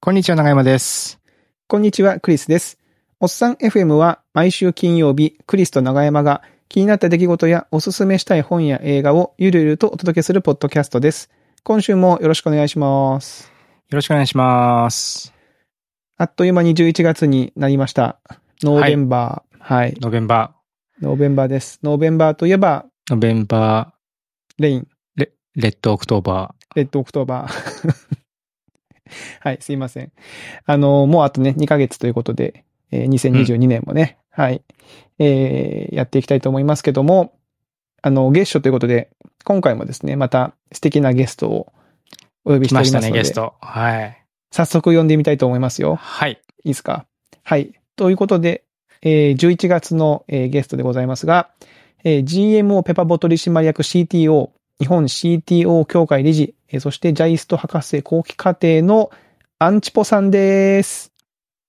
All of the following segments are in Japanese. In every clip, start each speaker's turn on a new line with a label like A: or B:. A: こんにちは、長山です。
B: こんにちは、クリスです。おっさん FM は毎週金曜日、クリスと長山が気になった出来事やおすすめしたい本や映画をゆるゆるとお届けするポッドキャストです。今週もよろしくお願いします。
A: よろしくお願いします。
B: あっという間に11月になりました。ノーベンバー。はい、
A: ノベンバ
B: ノーベンバーです。ノーベンバーといえば、
A: ー。ノベンバ
B: レイン、
A: ー、レ、レッドオクトーバ
B: レッドオクトーバー。 はい、すいません。あの、もうあとね、2ヶ月ということで、えー2022年もね、はい、えーやっていきたいと思いますけども、あの、月初ということで、今回もですね、また素敵なゲストをお呼
A: ー。
B: び
A: 来
B: してお
A: ま
B: り
A: し
B: ま
A: たね、
B: すので、
A: ゲスト。はい。
B: 早速呼んでみたいと思いますよ。
A: はい。
B: いいですかはい。ということで、えー11月の、えーゲストでございますが、えー GMO ペパボ取締役 CTO、日本 CTO 協会理事、えーそしてジャイスト博士後期課程のアンチポさんです。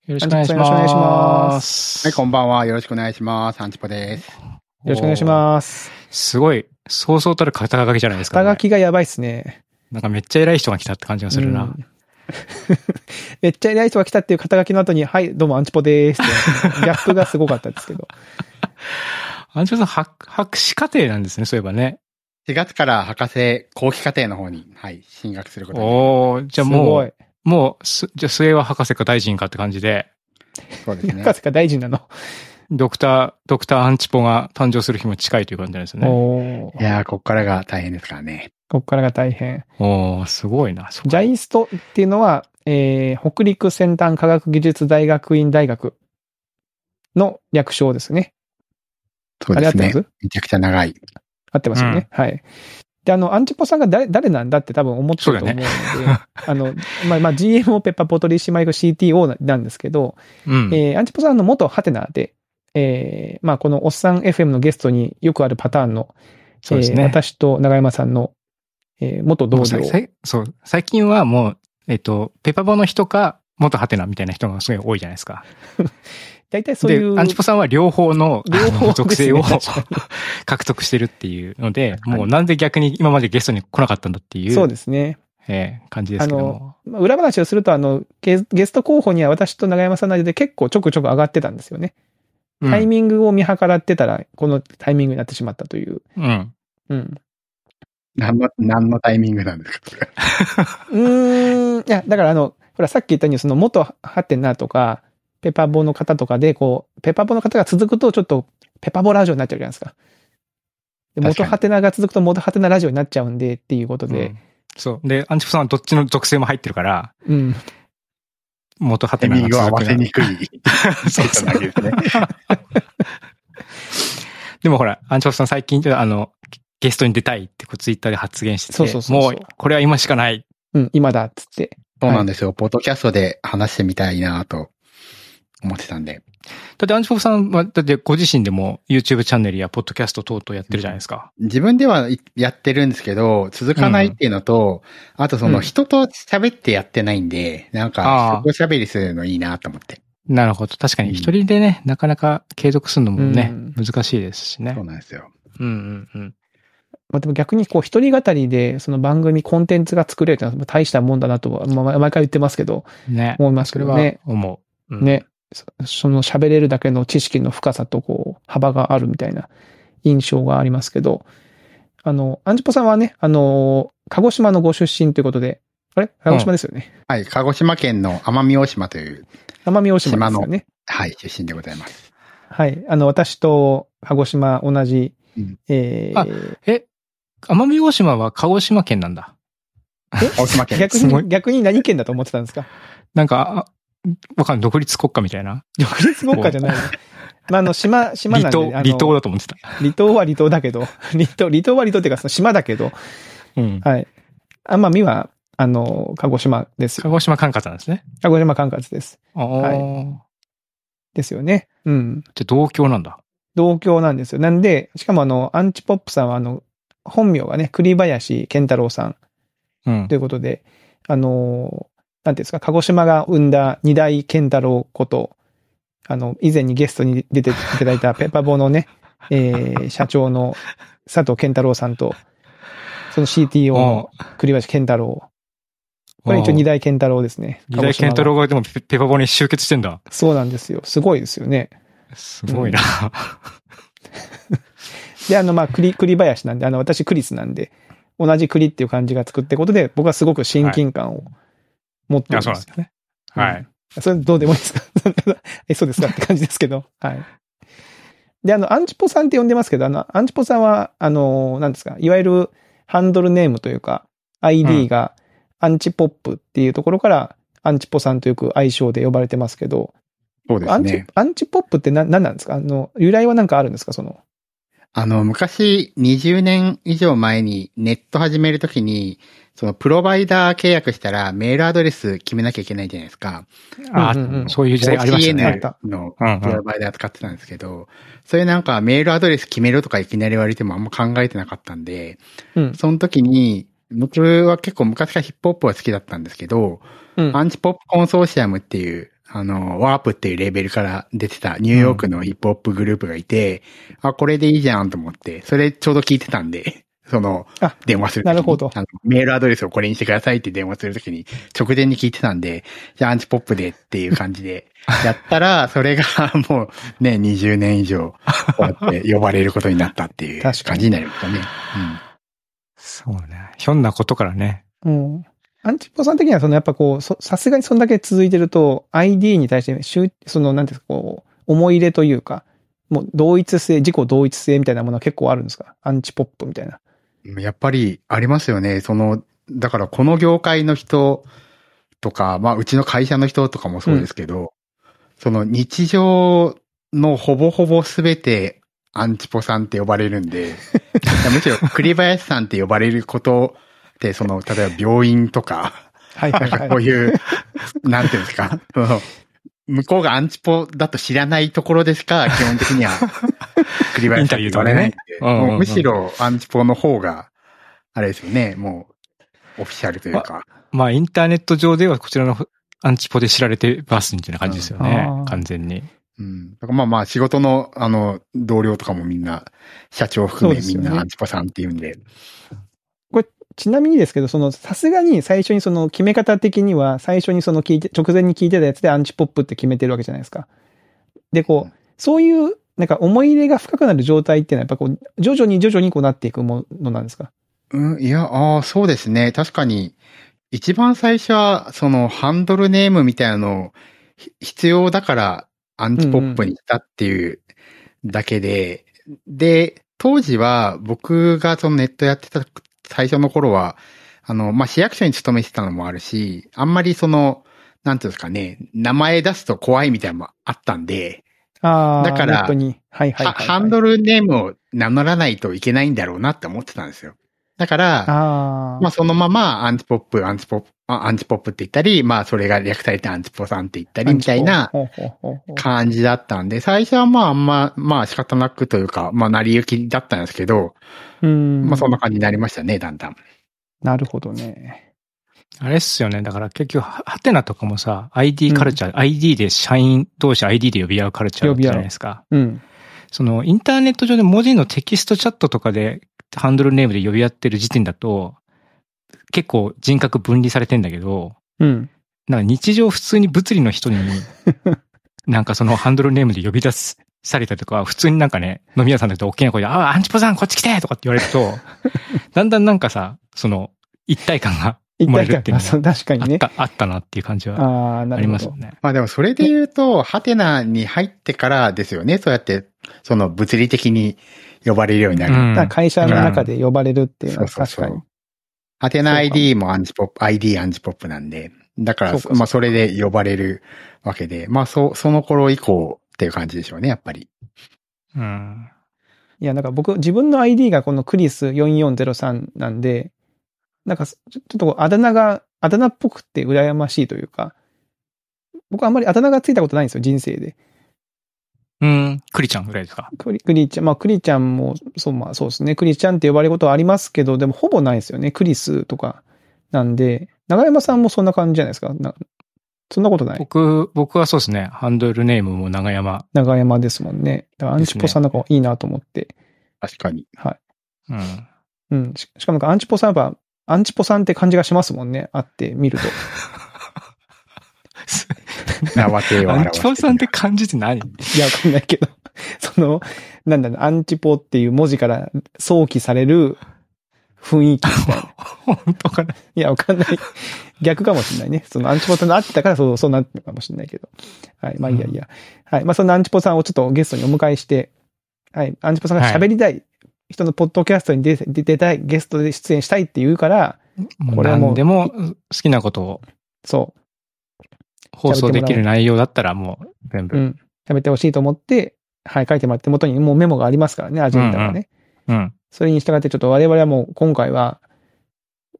A: よろしくお願いし
B: よろしくお願いし
A: ま。
B: ます
C: はい、こんばんは。よろしくお願いします。アンチポです。
B: よろしくお願いします。
A: す。すごい、そうそうたる肩書きじゃないですか、
B: 肩
A: ね。
B: 書きがやばいっすね。
A: なんかめっちゃ偉い人が来たって感じがするな。
B: うん めっちゃ偉い人が来たっていう肩書きの後に、はい、どうもアンチポですって。ギャップがすごかったですけど。
A: アンチョさん、博博士課程なんですね、そういえばね。
C: 4月から博士後期課程の方に、はい、進学することに。
A: お ー、じゃあ
B: すご
A: も、。
B: いう
A: もう、すじゃあ末は博士か大臣かって感じで、
C: そ うですね
B: 博。士が大臣なの。
A: ドクター、ドクターアンチポが誕生する日も近いという感じなんですよね。
B: おー
C: いやー、こっからが大変ですからね。
B: こっからが大変。
A: おー、すごいな。そ
B: ジャイストっていうのは、えー、北陸先端科学技術大学院大学の略称ですね。
C: そう
B: あれ合
C: で
B: っ
C: す
B: てま
C: ね。
B: す
C: めちゃくちゃ長い。
B: 合ってますよね。はい。で、あの、アンチポさんが誰、誰なんだって多分思ってると思うので、
A: うだね
B: あの、まあ、まあ、GMO ペッパーポトリシマイク CTO ななんですけど、
A: うん。
B: えー、アンチポさんの元ハテナで、えー、まあ、このおっさん FM のゲストによくあるパターンの、
A: そうですね
B: えー私と長山さんの、えー、元同
A: もうさ。
B: 僚
A: さいそう、最近はもう、えっと、ペパボの人か、元ハテナみたいな人がすごい多いじゃないですか。
B: 大体そう
A: で
B: い、う。
A: アンチポさんは両方の
B: 両方
A: あの属性を
B: です ね確
A: 獲得してるっていうので、
C: かに
A: もうなんで逆に今までゲストに来なかったんだっていう、
B: そうですね。
A: えー感じですけども。
B: まあ、裏話をすると、あのゲ、ゲスト候補には私と長山さんの間で結構ちょくちょく上がってたんですよね。
A: うん
B: タイミングを見計らってたら、このタイミングになってしまったという。
A: うん。
B: うん。
C: 何の、何のタイミングなんですかそれ
B: うーん。いや、だからあの、ほら、さっき言ったように、その元ハテナとか、ペパボの方とかで、こう、ペパボの方が続くと、ちょっと、ペパボラジオになっちゃうじゃないですか。で
C: 確か
B: 元
C: に
B: ハテナが続くと、元ハテナラジオになっちゃうんで、っていうこと
A: う
B: で
A: ん。そう。で、アンチポさんはどっちの属性も入ってるから、
B: うん。
A: 元ハテ
C: タイ
A: ナ
C: ミ
A: が
C: ングを合わ
A: 続
C: せ
A: くな
C: にくい。
A: そうそう
C: なわけですね。
A: でもほら、アンチョさん最近、あの、ゲストに出たいってこうツイッターで発言してて、
B: そうそうそうそう
A: もう、これは今しかない。
B: うん、今だ、っつって。
C: そうなんですよ。ポッドキャストで話してみたいなと思ってたんで。
A: だってアンチポフさんは、だってご自身でも YouTube チャンネルやポッドキャスト等々やってるじゃないですか。
C: 自分ではいやってるんですけど、続かないっていうのと、あとそ
B: うん
C: の人と喋ってやってないんで、なん
A: ああ
C: か、人と喋りするのいいなと思って。
A: なるほど。確かに
C: うん
A: 一人でね、なかなか継続するのもね、
B: う
A: 難しいですしね
C: そう。なんですよ。
A: うんうんうん。
B: まあ、でも逆にこう一人語りでその番組コンテンツが作れるってのは大したもんだなとは、まあ、毎回言ってますけど、
A: ね。
B: 思います
A: そ
B: け
A: れ
B: ど
A: は
B: ね。
A: 思う。うん。
B: ね。そその喋れるだけの知識の深さとこう幅があるみたいな印象がありますけど、あの、アンジュポさんはね、あの、鹿児島のご出身ということで、あれ鹿児島ですよね。
C: はい、鹿児島県の奄美大島という、
B: 奄美大島ですよね。
C: はい、出身でございます。
B: はい。あの、私と鹿児島同じ、
C: うん
B: え
A: あ
B: ー、
A: え、奄美大島は鹿児島県なんだ。
C: 大島県
B: 逆
A: すごい
B: に、逆に何県だと思ってたんですか
A: なんか、あわかんない。独立国家みたいな。
B: 独立国家じゃないの。まあ、あの、島、島な
A: 離
B: んで、
A: 島、
B: あの
A: 離島だと思ってた。
B: 離島は離島だけど、 離島、離島は離島っていうか、その島だけど、
A: うん。
B: はい。奄美は、あの、鹿児島ですよ
A: 鹿児島管轄なんですね。
B: 鹿児島管轄です。
A: ああ、
B: ですよね。うん。
A: じゃあ同郷なんだ。
B: 同郷なんですよ。なんで、しかもあの、アンチポップさんは、あの、本名がね、栗林健太郎さん
A: うん
B: と。いうことで、あの、なんていうんですか、鹿児島が生んだ二大健太郎こと、あの、以前にゲストに出ていただ いたペッパーボーのね、えー、社長の佐藤健太郎さんと、その CTO
A: お
B: の栗林健太郎これ一応二大健太郎ですね。
A: 二大健太郎がでもペペパボに集結してんだ。
B: 鹿児島はそうなんですよ。すごいですよね。
A: すごいな。
B: で、あの、まあ、栗、栗林なんで、あの、私、栗スなんで、同じ栗っていう漢字がつくってことで、僕はすごく親近感を持ってるん
A: あ、そう
B: ですよ
A: なんですね。 はい。
B: それどうでもいいですか え、そうですかって感じですけ ど。はい。で、あの、アンチポさんって呼んでますけど、あの、アンチポさんは、あの、なんですか、いわゆるハンドルネームというか、
A: う
B: ID がアンチポップっていうところから、アンチポさんとよく愛称で呼ばれてますけど、
C: そうで
B: ア
C: す
B: ンチ
C: ね。、
B: アンチポップってな、何なんですかあの、由来はなんかあるんですかその。
C: あの、昔、20年以上前にネット始めるときに、そのプロバイダー契約したらメールアドレス決めなきゃいけないじゃないですか。
A: あ
B: うんうんうん
A: そういう時代ありました
B: あっ
A: ね。
B: た
C: OCN の
A: うん
C: プ
A: う
C: ロ
A: ん。
C: バイダー使ってたんですけど、それなんかメールアドレス決めろとかいきなり言われてもあんま考えてなかったんで、
B: うん。
C: その時に、僕は結構昔からヒップホップは好きだったんですけど、
B: うん。
C: アンチポップコンソーシアムっていう、あの、ワープっていうレーベルから出てたニューヨークのヒップホップグループがいて、あ、これでいいじゃんと思って、それちょうど聞いてたんで、 その
B: あ、
C: 電話する時に
B: なるほど
C: あのメールアドレスをこれにしてくださいって電話するときに、直前に聞いてたんで、じゃあアンチポップでっていう感じで、 やったら、それがもうね、20年以上、こうやって呼ばれることになったっていう 感
B: 確かに
C: じになりましたね。うん
A: そうね。ひょんなことからね。
B: うん。アンチポさん的には、そのやっぱこう、そさすがにそんだけ続いてると、ID に対して、しゅその、なんていうんですか、こう、思い入れというか、もう同一性、自己同一性みたいなものは結構あるんですかアンチポップみたいな。
C: やっぱりありますよね。その、だからこの業界の人とか、まあうちの会社の人とかもそうですけど、その日常のほぼほぼすべてアンチポさんって呼ばれるんで、いやむしろ栗林さんって呼ばれることって、その、例えば病院とか、
B: はいはい
C: なん
B: は
C: か
B: い。
C: こう いう、なんていうんですか、その向こうがアンチポだと知らないところでしか、基本的には、栗林さんって言われないんで、
A: インタビューとかねうんうんうん
C: もうむしろアンチポの方が、あれですよね、もう、オフィシャルというか、
A: まあ、インターネット上ではこちらのアンチポで知られてますみたいな感じですよね
B: うんあ。ー
A: 完全に。
C: うん。だからまあまあ、仕事の、あの、同僚とかもみんな、社長含
B: そう
C: め
B: です
C: み
B: よ
C: ん
B: ね
C: なアンチポさんって言うんで、
B: ちなみにですけど、その、さすがに最初にその、決め方的には、最初にその聞いて、直前に聞いてたやつでアンチポップって決めてるわけじゃないですか。で、こ
C: う
B: う、そういう、なんか思い入れが深くなる状態っていうのは、やっぱこう、徐々に徐々にこうなっていくものなんですか
C: うん、いや、ああ、そうですね。確かに、一番最初は、その、ハンドルネームみたいなのをひ必要だから、アンチポップにしたっていうだけで、で、当時は、僕がそのネットやってた最初の頃は、あの、まあ、市役所に勤めてたのもあるし、あんまりその、なんていうんですかね、名前出すと怖いみたいなのもあったんで、
B: ああ、
C: だから
B: ネットに。はいはいはい、
C: はハンドルネームを名乗らないといけないんだろうなって思ってたんですよ。だから、
B: ああ。
C: まあそのままアンチポップ、アンチポップ、あアンチポップって言ったり、まあそれが略されてアンチポさんって言ったりみたいな
B: ほうほうほうほう
C: 感じだったんで、最初はまああんま、まあ仕方なくというか、まあ成り行きだったんですけど、
B: うん。
C: まあそんな感じになりましたね、だんだん。
B: なるほどね。
A: あれっすよね。だから結局、はハテナとかもさ、ID カルチャー、ID で社員同士 ID で呼び合うカルチャーだったじゃないですか。
B: うん。
A: その、インターネット上で文字のテキストチャットとかで、ハンドルネームで呼び合ってる時点だと、結構人格分離されてんだけど、
B: うん。
A: なんか日常普通に物理の 人に、なんかそのハンドルネームで呼び出す、されたりとか、普通になんかね、飲み屋さんだと大きな声で、ああ、アンチポさんこっち来てとかって言われる と、だんだんなんかさ、その、一体感が生まれるっていうの
B: 一体感そう確
A: が
B: か に
A: あっ
B: ね。
A: た、あったなっていう感じは
B: ああ、な
A: あり
B: るほ
A: ますよ
B: ど。
A: ね。
C: まあでもそれで言うと、ハテナに入ってからですよね、そうやって、その物理的に呼ばれるようになる。
B: だから会社の中で呼ばれるっていうのは
C: そう
B: 確
C: そう
B: か
C: そう
B: に。
C: ハテナ ID もアンチポップ、ID アンチポップなんで、だから、
B: そうかそうか
C: まあそれで呼ばれるわけで、まあそ、その頃以降っていう感じでしょうね、やっぱり。
A: うん。
B: いや、なんか僕、自分の ID がこのクリス4403なんで、なんかちょちょっとこうあだ名が、あだ名っぽくて羨ましいというか、僕あんまりあだ名がついたことないんですよ、人生で。
A: うん。クリちゃんぐらいですか。
B: クリ、クリちゃん、まあ、クリちゃんも、そう、まあ、そうですね。クリちゃんって呼ばれることはありますけど、でもほぼないですよね。クリスとか。なんで、長山さんもそんな感じじゃないですか。なそんなことない。
A: 僕、僕はそうですね。ハンドルネームも長山。
B: 長山ですもんね。だからアンチポさんなんかいいなと思って。
C: 確かに。
B: はい。
A: うん。
B: うん。ししかもなんかアンチポさんはやっぱ、アンチポさんって感じがしますもんね。あって見ると。
C: 縄手を
A: ア
C: 表
A: ンチポさんって感じって何
B: いや、わかんないけど。 その、なんだろう、アンチポっていう文字から想起される雰囲気みたいな。
A: 本当かない
B: や、わかんない。 逆かもしんないね。そのアンチポさんがあったから、そう、そうなったのかもしんないけど。はい。まあいいやいや。はい。まあそのアンチポさんをちょっとゲストにお迎えして、はい。アンチポさんが喋りたい。人のポッドキャストに出て出てたい、ゲストで出演したいって言うから、
A: も
B: こ
A: う
B: れはもう
A: 何でも好きなことを
B: そ
A: 放送できる内容だったらもう全
B: う、う
A: 部。
B: ん。喋ってほしいと思って、はい、書いてもらって元にもうメモがありますからね、アジェンダがね。
A: うんうん。
B: それに従ってちょっと我々はもう今回は、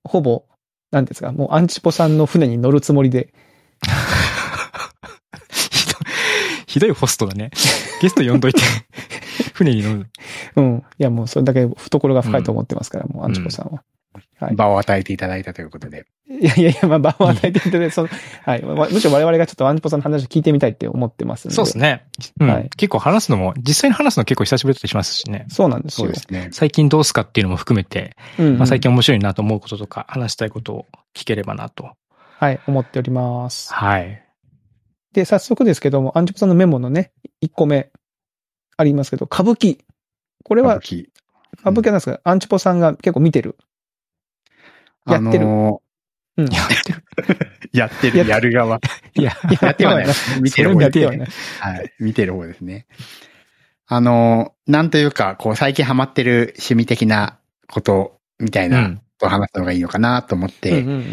B: ほぼ、なんですか、もうアンチポさんの船に乗るつもりで、
A: ひどいひどいホストだね。ゲスト呼んど いて。船に乗る。
B: うん。いやもうそれだけ懐が深いと思ってますから、もうアンチポさんは。はい。
C: 場を与えていただいたということで。
B: いやいやいや、まあ、場を与えていただいて、その、はい。まあむしろ我々がちょっとアンチポさんの話を聞いてみたいって思ってますんで。
A: そうですね。う
B: はい
A: ん。結構話すのも、実際に話すの結構久しぶりだったりしますしね。
B: そうなんです
C: そう
B: よ
C: で。すね。
A: 最近どうすかっていうのも含めて、
B: うんうん
A: まあ、最近面白いなと思うこととか、話したいことを聞ければなと。
B: はい、思っております。
A: はい。
B: で、早速ですけども、アンチポさんのメモのね、1個目ありますけど、歌舞伎。これ
C: 歌
B: は
C: 舞、伎
B: 歌舞伎はなんですか、アンチポさんが結構見てる。やってる
C: あの
B: うん。
A: やってる。
C: ーやって
B: やっ
C: る、
B: て
C: やる側。
A: いや、。
C: やってはない。 見てる
B: それ
C: 方
B: やっ
C: で
B: て
C: す
B: は
C: ね。
B: ない。
C: はい。見てる方ですね。あのーなんというか、こう、最近ハマってる趣味的なことみたいうなんと話すのがいいのかなと思って、
B: うんうんうん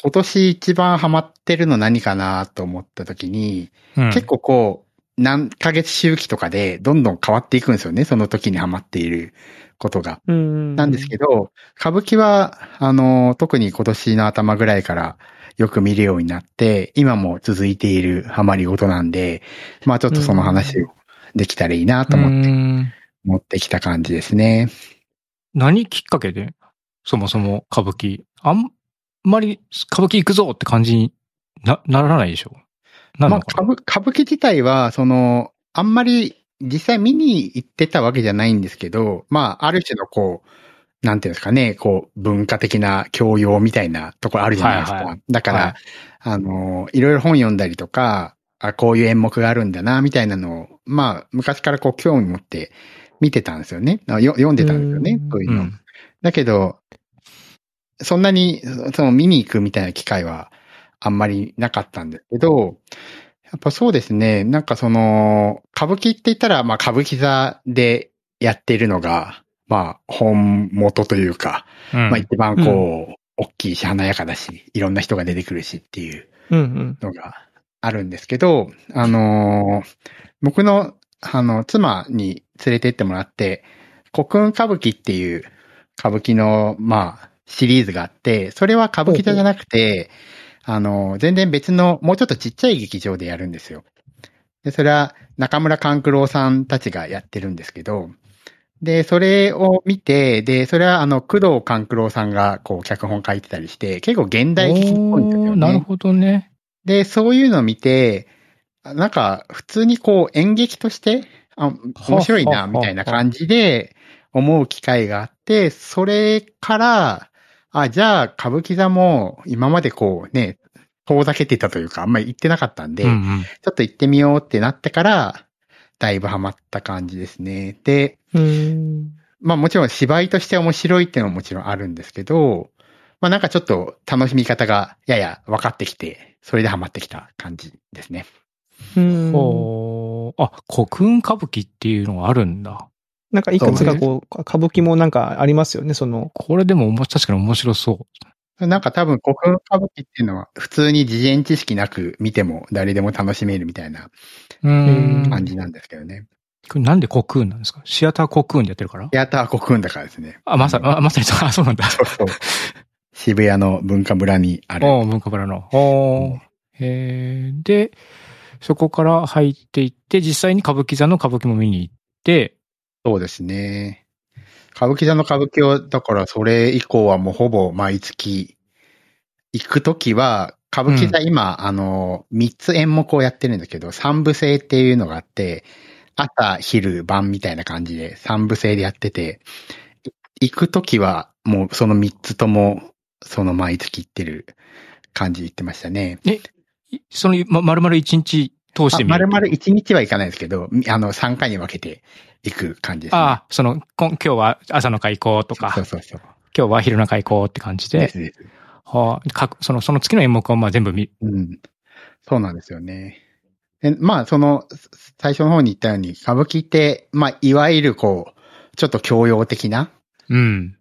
C: 今年一番ハマってるの何かなと思った時に、
A: うん
C: 結構こう、何ヶ月周期とかでどんどん変わっていくんですよね。その時にハマっていることが。
B: な
C: なんですけど、歌舞伎は、あの、特に今年の頭ぐらいからよく見るようになって、今も続いているハマり事なんで、まあちょっとその話をできたらいいなと思って、
A: うん
C: 持ってきた感じですね。
A: 何きっかけで、そもそも歌舞伎、あんまり歌舞伎行くぞって感じになならないでしょな
C: まあ
A: のか
C: 歌舞歌舞伎自体は、その、あんまり実際見に行ってたわけじゃないんですけど、まあある種のこう、なんていうんですかね、こう、文化的な教養みたいなところあるじゃないですか。
A: はいは
C: だから、
A: はい
C: あの、いろいろ本読んだりとか、あこういう演目があるんだな、みたいなのを、まあ、昔からこう、興味持って見てたんですよね。あよ読んでたんですよね
B: うん、
C: そういう
A: う
C: の。
A: ん。
C: だけど、そんなに、そその、見に行くみたいな機会は、あんまりなかったんですけど、やっぱそうですね、なんかその、歌舞伎って言ったら、まあ、歌舞伎座でやってるのが、まあ、本元というか、
A: うん
C: まあ一番こう、大きいし、華やかだし、いろんな人が出てくるしっていう
B: うんうん。
C: のがあるんですけど、あのー僕の、あの、妻に連れてってもらって、古訓歌舞伎っていう歌舞伎の、まあ、シリーズがあって、それは歌舞伎座じゃなくて、あのー全然別の、もうちょっとちっちゃい劇場でやるんですよ。で、それは中村勘九郎さんたちがやってるんですけど、で、それを見て、で、それはあの、工藤勘九郎さんがこう、脚本書いてたりして、結構現代劇っぽいんですよ
A: おー
C: ね。
A: なるほどね。
C: で、そういうのを見て、あなんか、普通にこう演劇として、あ面白い
B: はは
C: な、みたいな感じで思う機会があって、それから、あ、じゃあ、歌舞伎座も今までこうね、遠ざけてたというか、あんまり行ってなかったんで、
A: うんうん
C: ちょっと行ってみようってなってから、だいぶハマった感じですね。で、
B: うん。
C: まあもちろん芝居として面白いっていうのももちろんあるんですけど、まあなんかちょっと楽しみ方がやや分かってきて、それでハマってきた感じですね。
B: うん
A: ほう。あ、古訓歌舞伎っていうのがあるんだ。
B: なんかいくつ
C: そう
B: か
C: ね
B: こう、歌舞伎もなんかありますよね、その。
A: これでもおも確かに面白そ
C: なんか多分古風歌舞伎っていうのは普通に事前知識なく見ても誰でも楽しめるみたいな
A: う。うん
B: うん
C: 感じなんですけどね。
A: これなんで古訓なんですかシアター古訓でやってるから
C: やったー古風だからですね。
A: あ、まさ、あまさにそう、あ、そうなんだ。
C: そう そう。渋谷の文化村にある。
A: おー文化村の。おーえーで、そこから入っていって、実際に歌舞伎座の歌舞伎も見に行って、
C: そうですね。歌舞伎座の歌舞伎を、だからそれ以降はもうほぼ毎月行くときは、歌舞伎座今、あの、3つ演目をやってるんだけど、三部制っていうのがあって、朝、昼、晩みたいな感じで三部制でやってて、い行くときはもうその3つともその毎月行ってる感じ言ってましたね。
A: いその、ま、丸々一日通してみ
C: ま
A: る
C: る
A: と。
C: まる1日は行かないですけど、みあの、3回に分けて行く感じですね。
A: ああ、その、こん今日は朝の会行こうとか、
C: そうそうそう。
A: 今日は昼の会行こうって感じで、
C: ですです
A: はあ、かその、その月の演目をまあ全部見、
C: うん。そうなんですよね。でまあ、その、す最初の方に言ったように、歌舞伎って、まあ、いわゆるこう、ちょっと教養的な
A: うん。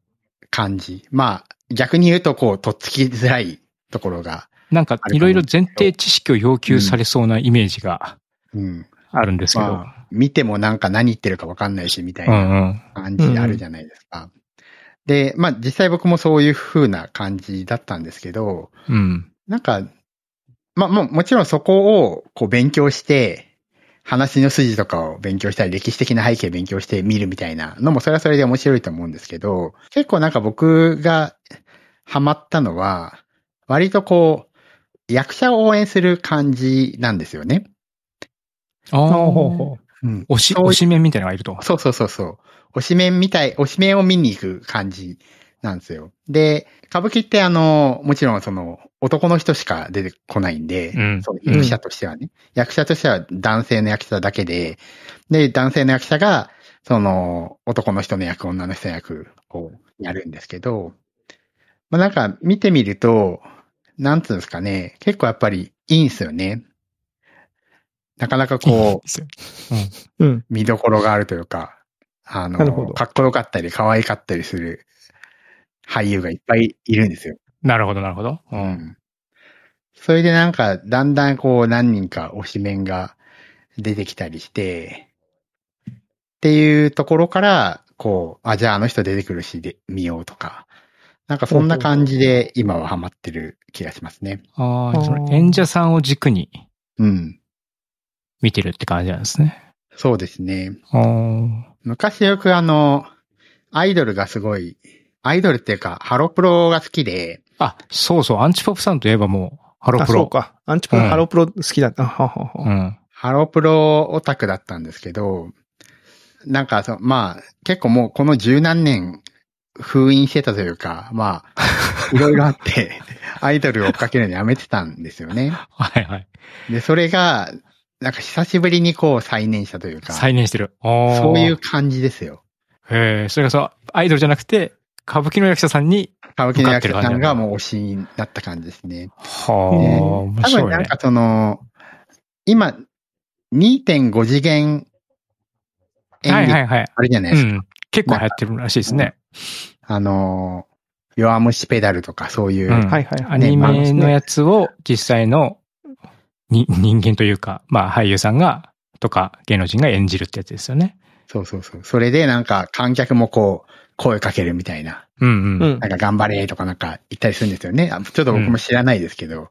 C: 感じ。まあ、逆に言うと、こう、とっつきづらいところが、
A: なんか、いろいろ前提知識を要求されそうなイメージが
C: うん。
A: あるんですけど。
C: ま見てもなんか何言ってるかわかんないし、みたいな
A: うんうん。
C: 感じあるじゃないですか。で、まあ、実際僕もそういう風な感じだったんですけど、
A: うん。
C: なんか、まあ、もうもちろんそこをこう勉強して、話の筋とかを勉強したり、歴史的な背景勉強して見るみたいなのも、それはそれで面白いと思うんですけど、結構なんか僕がハマったのは、割とこう、役者を応援する感じなんですよね。
A: ああ、
B: ほうほうほ
C: うん。
A: 推し、
C: そういう
A: 推し面みたいなのがいると。
C: そうそうそうそう。推し面みたい、推し面を見に行く感じなんですよ。で、歌舞伎ってあの、もちろんその、男の人しか出てこないんで、
A: うん
C: その役者としてはね、役者としては男性の役者だけで、で、男性の役者が、その、男の人の役、女の人の役をやるんですけど、まあなんか見てみると、なんつうんですかね、結構やっぱりいいんすよね。なかなかこう、
B: うん。
C: 見どころがあるというか、あ
B: なるほど
C: の、かっこよかったり、可愛かったりする俳優がいっぱいいるんですよ。
A: なるほど、なるほど。うん。
C: それでなんか、だんだんこう、何人か推し面が出てきたりして、っていうところから、こう、あ、じゃああの人出てくるし、で、見ようとか。なんかそんな感じで今はハマってる気がしますね。
A: あ
B: あ
A: あ、
B: ー
A: その演者さんを軸に
C: うん。
A: 見てるって感じなんですね。
C: そうですね。
A: ああ。
C: 昔よくあの、アイドルがすごい、アイドルっていうか、ハロプロが好きで、
A: あ、そうそう、アンチポップさんといえばもう、ハロ
B: あ、
A: プ
B: そ
A: ロ。
B: うか。アンチポン、
A: うん
B: ハロプロ好きだった。あはは
A: う
B: は。
A: ん。
C: ハロプロオタクだったんですけど、なんかそ、まあ、結構もうこの十何年封印してたというか、まあ、いろいろあって、 アイドルを追っかけるのやめてたんですよね。
A: はいはい。
C: で、それが、なんか久しぶりにこう再燃したというか、
A: 再燃してる。ああ。
C: そういう。感じですよ。
A: へえ、それがその、アイドルじゃなくて、歌舞伎の役者さんに、
C: 歌舞伎の役者さんがもう推しになった感じですね。
A: はあ、面
B: ね
C: 多分
A: 白い
C: なん
A: ね
C: か。その、今、2.5次元演
A: はい
C: 劇
A: はいはい。
C: あるじゃないうですか。
A: ん。結構流行ってるらしいですね。
C: あの、弱虫ペダルとかそうい
A: う
C: う、
A: ん
B: はいはいは
A: ア
B: い。
A: ニ
C: まあ
A: メのやつを実際のに人間というか、まあ俳優さんが、とか芸能人が演じるってやつですよね。
C: そうそうそう。それでなんか観客もこう、声かけるみたいな。
A: うん
B: う
A: うん。
B: ん
C: な。んか頑張れとかなんか言ったりするんですよね。あちょっと僕も知らないですけど。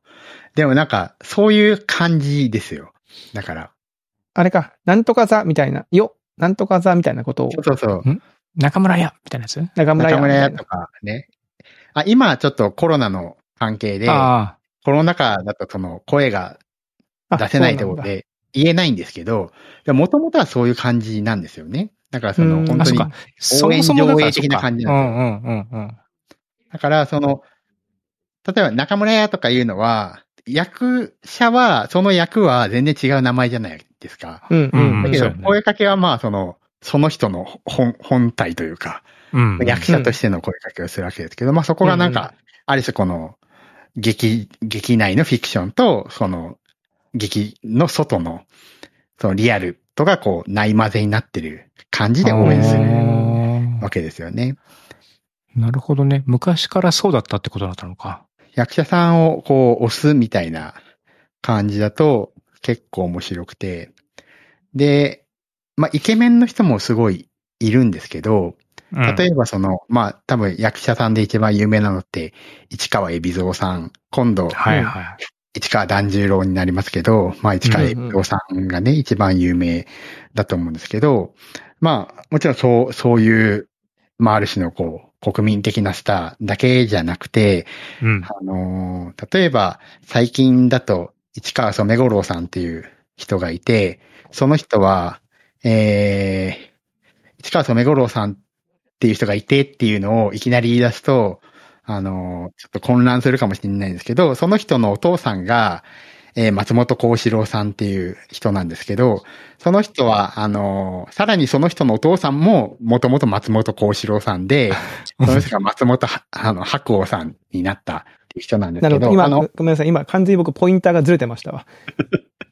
C: でもなんか、そういう感じですよ。だから。
B: あれか、なんとか座みたいな、よ、なんとか座みたいなことを
C: そ、うそうそう。
A: 中村屋みたいなやつ
B: 中村
C: 中
B: 屋みた
C: 村屋
B: いな
C: とかね。あ、今はちょっとコロナの関係で、
A: あ
C: コロナ禍だとその声が
B: あ
C: 出せないってこと
B: そうなんだ
C: で言えないんですけど、もともとはそういう感じなんですよね。だからそ
B: うん
C: の本
A: あ、あ、
C: 当
A: そう
C: に
A: か。そもそもだから
C: 上映的な感じ
A: そ
C: な
A: うんか
C: で
A: うんうんうんうん。
C: だから、その、例えば中村屋とかいうのは、役者は、その役は全然違う名前じゃないですか。
B: うんうんう
C: だ
B: ん。
C: け
A: そう
C: ど、
A: よね
C: 声かけはまあ、その、その人の本、本体というか、
A: うんうん。
C: 役者としての声かけをするわけですけど、まあそこがなんか、ある種この、劇、劇内のフィクションと、その、劇の外の、そのリアルとがこう、ない混ぜになってる感じで応援す
B: あ
C: る
A: あ
C: わけですよね。
A: ーなるほどね。昔からそうだったってことだったのか。
C: 役者さんをこう押すみたいな感じだと結構面白くて。で、まあ、イケメンの人もすごいいるんですけど、
A: うん
C: 例えばその、まあ、多分役者さんで一番有名なのって、市川海老蔵さん。今度、
A: はいはい。
C: 市川團十郎になりますけど、まあ、市川海老蔵さんがね、一番有名だと思うんですけど、まあ、もちろんそう、そういう、まあ、ある種のこう、国民的なスターだけじゃなくて、
A: うん。
C: あのー例えば、最近だと、市川染五郎さんっていう人がいて、その人は、えー、市川染五郎さんっていう人がいてっていうのをいきなり言い出すと、あの、ちょっと混乱するかもしれないんですけど、その人のお父さんが、えー松本幸四郎さんっていう人なんですけど、その人は、あの、さらにその人のお父さんも、もともと松本幸四郎さん で、その人が松本は、あの、白鸚さんになったっていう人なんです
B: なる
C: け
B: ほ
C: ど、
B: ど。今、
C: あの、
B: ごめんなさい。今、完全に僕、ポインターがずれてました わ。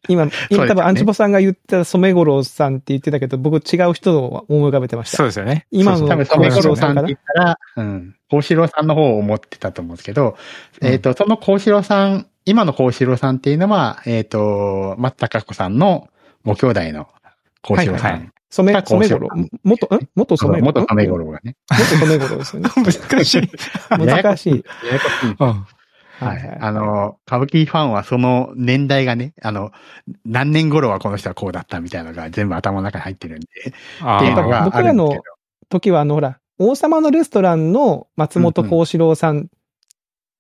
B: 今、
C: すよ
B: 今、
C: ね
B: 多分、アンチポさんが言った染五郎さんって言ってたけど、僕、違う人を思い浮かべてまし
A: そ
B: た。
A: うですよ ね。
B: 今
A: そう
B: の
A: そ
C: 多
A: う染
C: 分、染
A: 五
C: 五
A: 郎
C: 郎
A: さ
C: さ
A: ん
C: んって言ったら、うん、幸四郎さんの方を思ってたと思うんですけど、
A: うん
C: えっ、と、その幸四郎さん、今の幸四郎さんっていうのは、えっ、と、松たか子さんのご兄弟の幸四郎さん。
A: はいはい。
B: 染
C: なん、かこう
B: 染五郎
C: そう。
B: 元、ん元
C: そう
B: 染五郎。
C: 元亀五
B: 郎。
C: 郎がね。
B: 元染五郎ですよ ね
A: 難しい。
B: 難しい。
C: ややこしいんです
A: うん。
C: は
B: はいはい
C: い。あの、歌舞伎ファンはその年代がね、あの、何年頃はこの人はこうだったみたいなのが全部頭の中に入ってるんで、
A: あ
C: っていうの
A: ー
C: が
B: 僕
C: ある
B: ら
C: んで
B: の
C: すけど。
B: 時は、あの、ほら、王様のレストランの松本幸四郎さん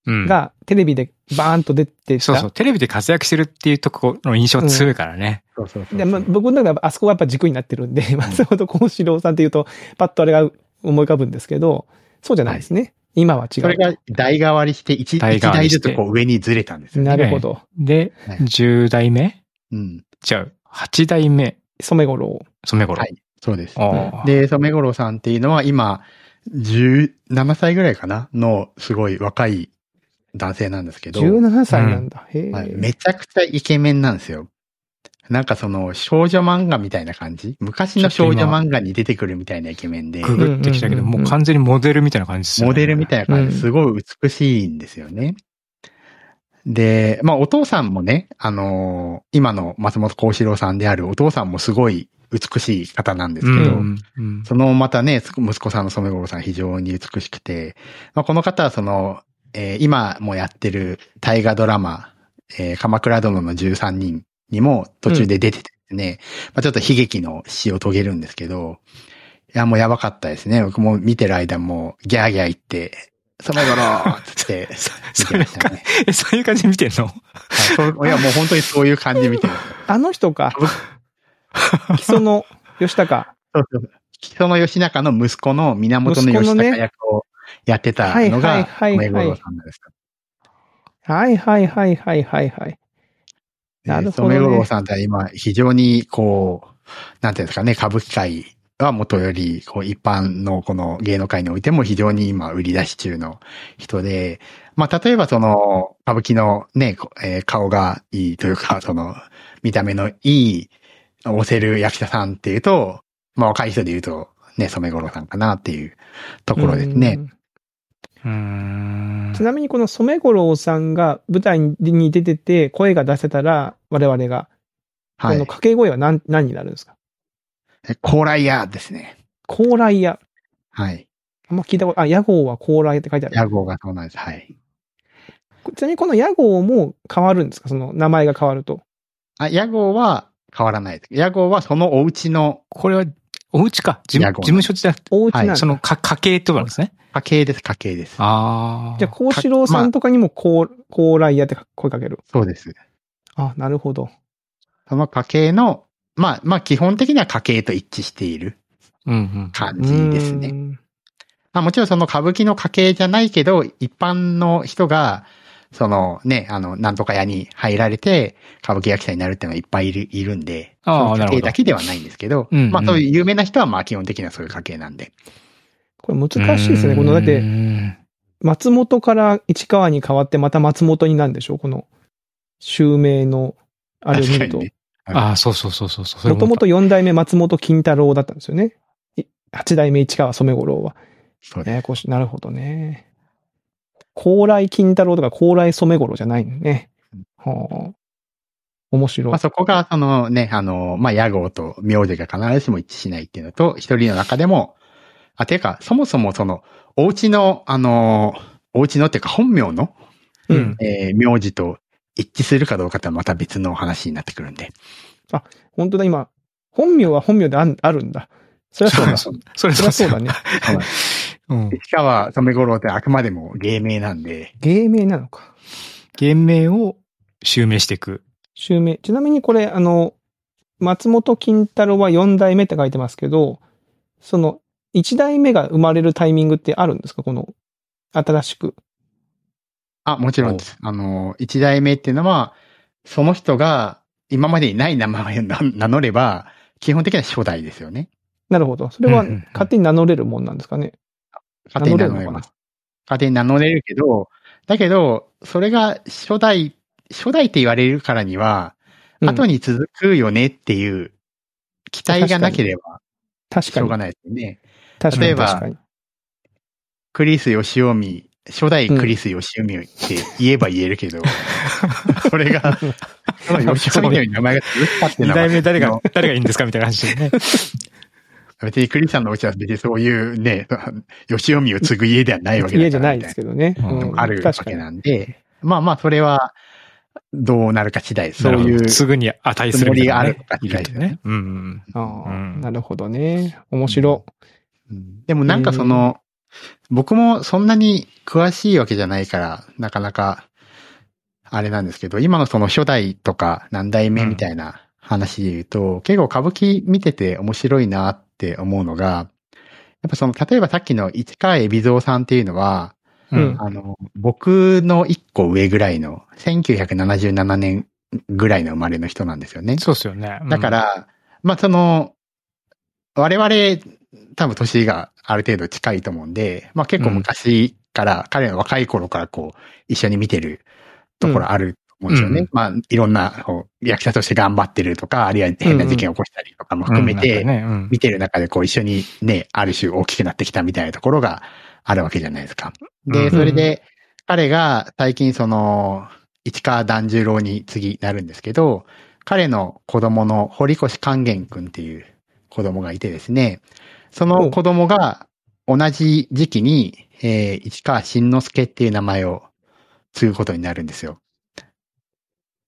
A: うん。
B: がテレビでバーンと出てきた。
A: そうそう。テレビで活躍してるっていうとこの印象強いからね。
C: そうそうそう
B: で、まあ、僕の中ではあそこがやっぱ軸になってるんで、松本幸四郎さんっていうと、パッとあれが思い浮かぶんですけど、そうじゃないですね。今は違
C: それ
B: う。
C: が代替わりして一、一
A: 代替わり
C: 代
A: し
C: ず
A: て
C: つこう上にずれたんですよね。
B: なるほど。
A: で、
C: はい
A: 10代目
C: うん。
A: 違う。8代目、
B: 染五郎。
A: 染五郎
C: はい。そうです。
A: あー、
C: で、染五郎さんっていうのは今、17歳ぐらいかなの、すごい若い男性なんですけど、
B: 17歳なんだ。へえ、
C: はいめちゃくちゃイケメンなんですよ。なんかその少女漫画みたいな感じ昔の少女漫画に出てくるみたいなイケメンで、
A: ググってきたけど、
B: うんうんうんう
A: も
B: ん
A: う完全にモデルみたいな感じですよね。
C: モデルみたいな感じ
B: うん
C: ですごい美しいんですよね。で、まあお父さんもね、あのー今の松本幸四郎さんであるお父さんもすごい美しい方なんですけ
A: う
C: ど、
A: んうん
C: そのまたね、つ息子さんの染五郎さん非常に美しくて、まあ、この方はその、えー今もやってる大河ドラマ、えー鎌倉殿の13人にも途中で出ててですね、まあ、ちょっと悲劇の死を遂げるんですけど、いや、もうやばかったですね。僕も見てる間もうギャーギャー言って、染五郎っつって、見
A: そう
C: て
A: い
C: ま
A: う
C: した
A: 感
C: ね
A: じ、。えそういう感じで見てんの
C: はいそういや、もう本当にそういう感じ見てます。
B: あの人 か。基礎の吉高。
C: そうそう。人の義仲の息子の源
B: 息子
C: 義
B: のね
C: 高役をやってたの
B: はい
C: が、
B: はいはいはい
C: 米五郎さんなんですよ。
B: はいはいはいはいはいはい。なるほどね
C: で染五郎さんって今、非常にこう、なんていうんですかね、歌舞伎界はもとより、こう、一般のこの芸能界においても非常に今、売り出し中の人で、まあ、例えばその、歌舞伎のね、こえー顔がいいというか、その、見た目のいい、押せる役者さんっていうと、まあ、若い人で言うと、ね、染五郎さんかなっていう ところですね。
B: うん
A: うーん。
B: ちなみにこの染五郎さんが舞台に出てて声が出せたら我々が、こ
C: はい
B: の。掛け声は何何になるんですか
C: 高麗屋ですね。
B: 高麗屋。
C: はい。
B: あんま聞いたこと、あ、屋号は高麗って書いてある。
C: 屋号がそうなんです。はい。
B: ちなみにこの屋号も変わるんですかその名前が変わると。
C: あ、屋号は変わらないです。屋号はそのお家の
A: これは、お家か。事務
C: いや
A: 事
C: ごめ
A: 務
C: ん
A: 所じゃなくて、
B: お家なんだ
C: はい
A: そのか家系ってことなんですね。
C: 家系です、家系です。
A: ああ。
B: じゃあ、幸四郎さんとかにも高、高麗屋って声かける。
C: そうです。
B: あ、なるほど。
C: その家系の、まあ、まあ、基本的には家系と一致している
A: うんうん。
C: 感じです
B: うー
C: ね。
B: ん
C: まあ、もちろんその歌舞伎の家系じゃないけど、一般の人が、そのね、あの、なんとか屋に入られて、歌舞伎役者になるっていうのはいっぱいいる、いるんで、そ
A: あー
C: の家
A: なるほ
C: 系
A: ど
C: だけではないんですけど、
A: うんうん
C: まあ、そういう有名な人は、まあ、基本的にはそういう家系なんで。
B: これ難しいですね。この、だっ
A: う
B: て、
A: ーん
B: 松本から市川に変わってまた松本になるんでしょこの、襲名の、あれを見る
C: 確
B: と
C: かに。ね。
A: ああ、そうそうそうそうそう。それ
B: もともと4代目松本金太郎だったんですよね。8代目市川染五郎は。
C: そうです
B: ね、こうし、なるほどね。高麗金太郎とか高麗染五郎じゃないのね。はあ。面白い。
C: まあ、そこが、そのね、あの、まあ、屋号と名字が必ずしも一致しないっていうのと、一人の中でも、あ、ていうか、そもそもその、お家の、あの、お家のっていうか、本名の、
A: う
B: うんん。
C: えー名字と一致するかどうかってのはまた別のお話になってくるんで。
B: 本当だ、今、本名は本名であんあるんだ。そりゃそうだ。そ
A: そうそれ
B: り
A: そう
B: ゃ
A: そ
B: そうう
A: だ
B: だ
A: ね。
B: ね。
A: うん。
C: 市川染五郎ってあくまでも芸名なんで、
B: 芸名なのか。
A: 芸名を襲名していく。
B: 襲名。ちなみにこれ、あの、松本金太郎は4代目って書いてますけど、その、1代目が生まれるタイミングってあるんですかこの、新しく。
C: あ、もちろんです。あの、一代目っていうのは、その人が今までにない名前をな名乗れば、基本的には初代ですよね。
B: なるほど。それは
A: うんうんうん
B: 勝手に名乗れるもんなんですかね。
C: 勝手に名
B: 名乗れ
C: 乗れ
B: るの
C: ま
B: か
C: す。勝手に名乗れるけど、だけど、それが初代、初代って言われるからには、
B: うん
C: 後に続くよねっていう期待がなければ
B: 確
C: し
B: か
C: ょう
B: に。
C: がないですよね。
B: 確か
C: 例
B: に。
C: えば
B: 確かに。
C: クリス・ヨシオミ、初代クリス・ヨシオミって言えば言え るけど、それが、そのヨシオミのように名前が続くかってい
A: 二
C: うのは
A: 代、目誰
C: あ
A: が
C: の、
A: 誰がいいんですかみたいな話でね。
C: 別にクリスさんのうちは別にそういうね、ヨシオミを継ぐ家ではないわけだから
B: 家じゃないですけどね。
A: うん
B: う
A: ど
B: ん
C: あるわ
B: 確か
C: け
B: に。
C: なんで、まあまあ、それは、どうなるか次第、 そうい
A: なるほ
C: う
A: ど、すぐに値するみたいな、ね
C: つもりがあ。る
A: いるとね。うんうん。
B: ああ
A: うん
B: なるほどね。面白。
C: でもなんかその、僕もそんなに詳しいわけじゃないから、なかなか、あれなんですけど、今のその初代とか何代目みたいな話で言うと、結構歌舞伎見てて面白いなって思うのが、やっぱその、例えばさっきの市川海老蔵さんっていうのは、
B: うん
C: あの、僕の一個上ぐらいの、1977年ぐらいの生まれの人なんですよね。
A: そうっすよね。うん
C: だか、ら、まあ、その、我々、多分年がある程度近いと思うんで、まあ、結構昔から、彼の若い頃からこう、一緒に見てるところあると思うんですよね。
A: う
C: まあ、いろんな、こう役者として頑張ってるとか、あるいは変な事件を起こしたりとかも含めて、
A: うんなんかねうん
C: 見てる中でこう一緒にね、ある種大きくなってきたみたいなところがあるわけじゃないですか。
A: う
C: で、
A: ん
C: それで彼が最近その、市川團十郎に次なるんですけど、彼の子供の堀越勸玄くんっていう子供がいてですね、その子供が同じ時期に、えー市川新之助っていう名前を継ぐことになるんですよ。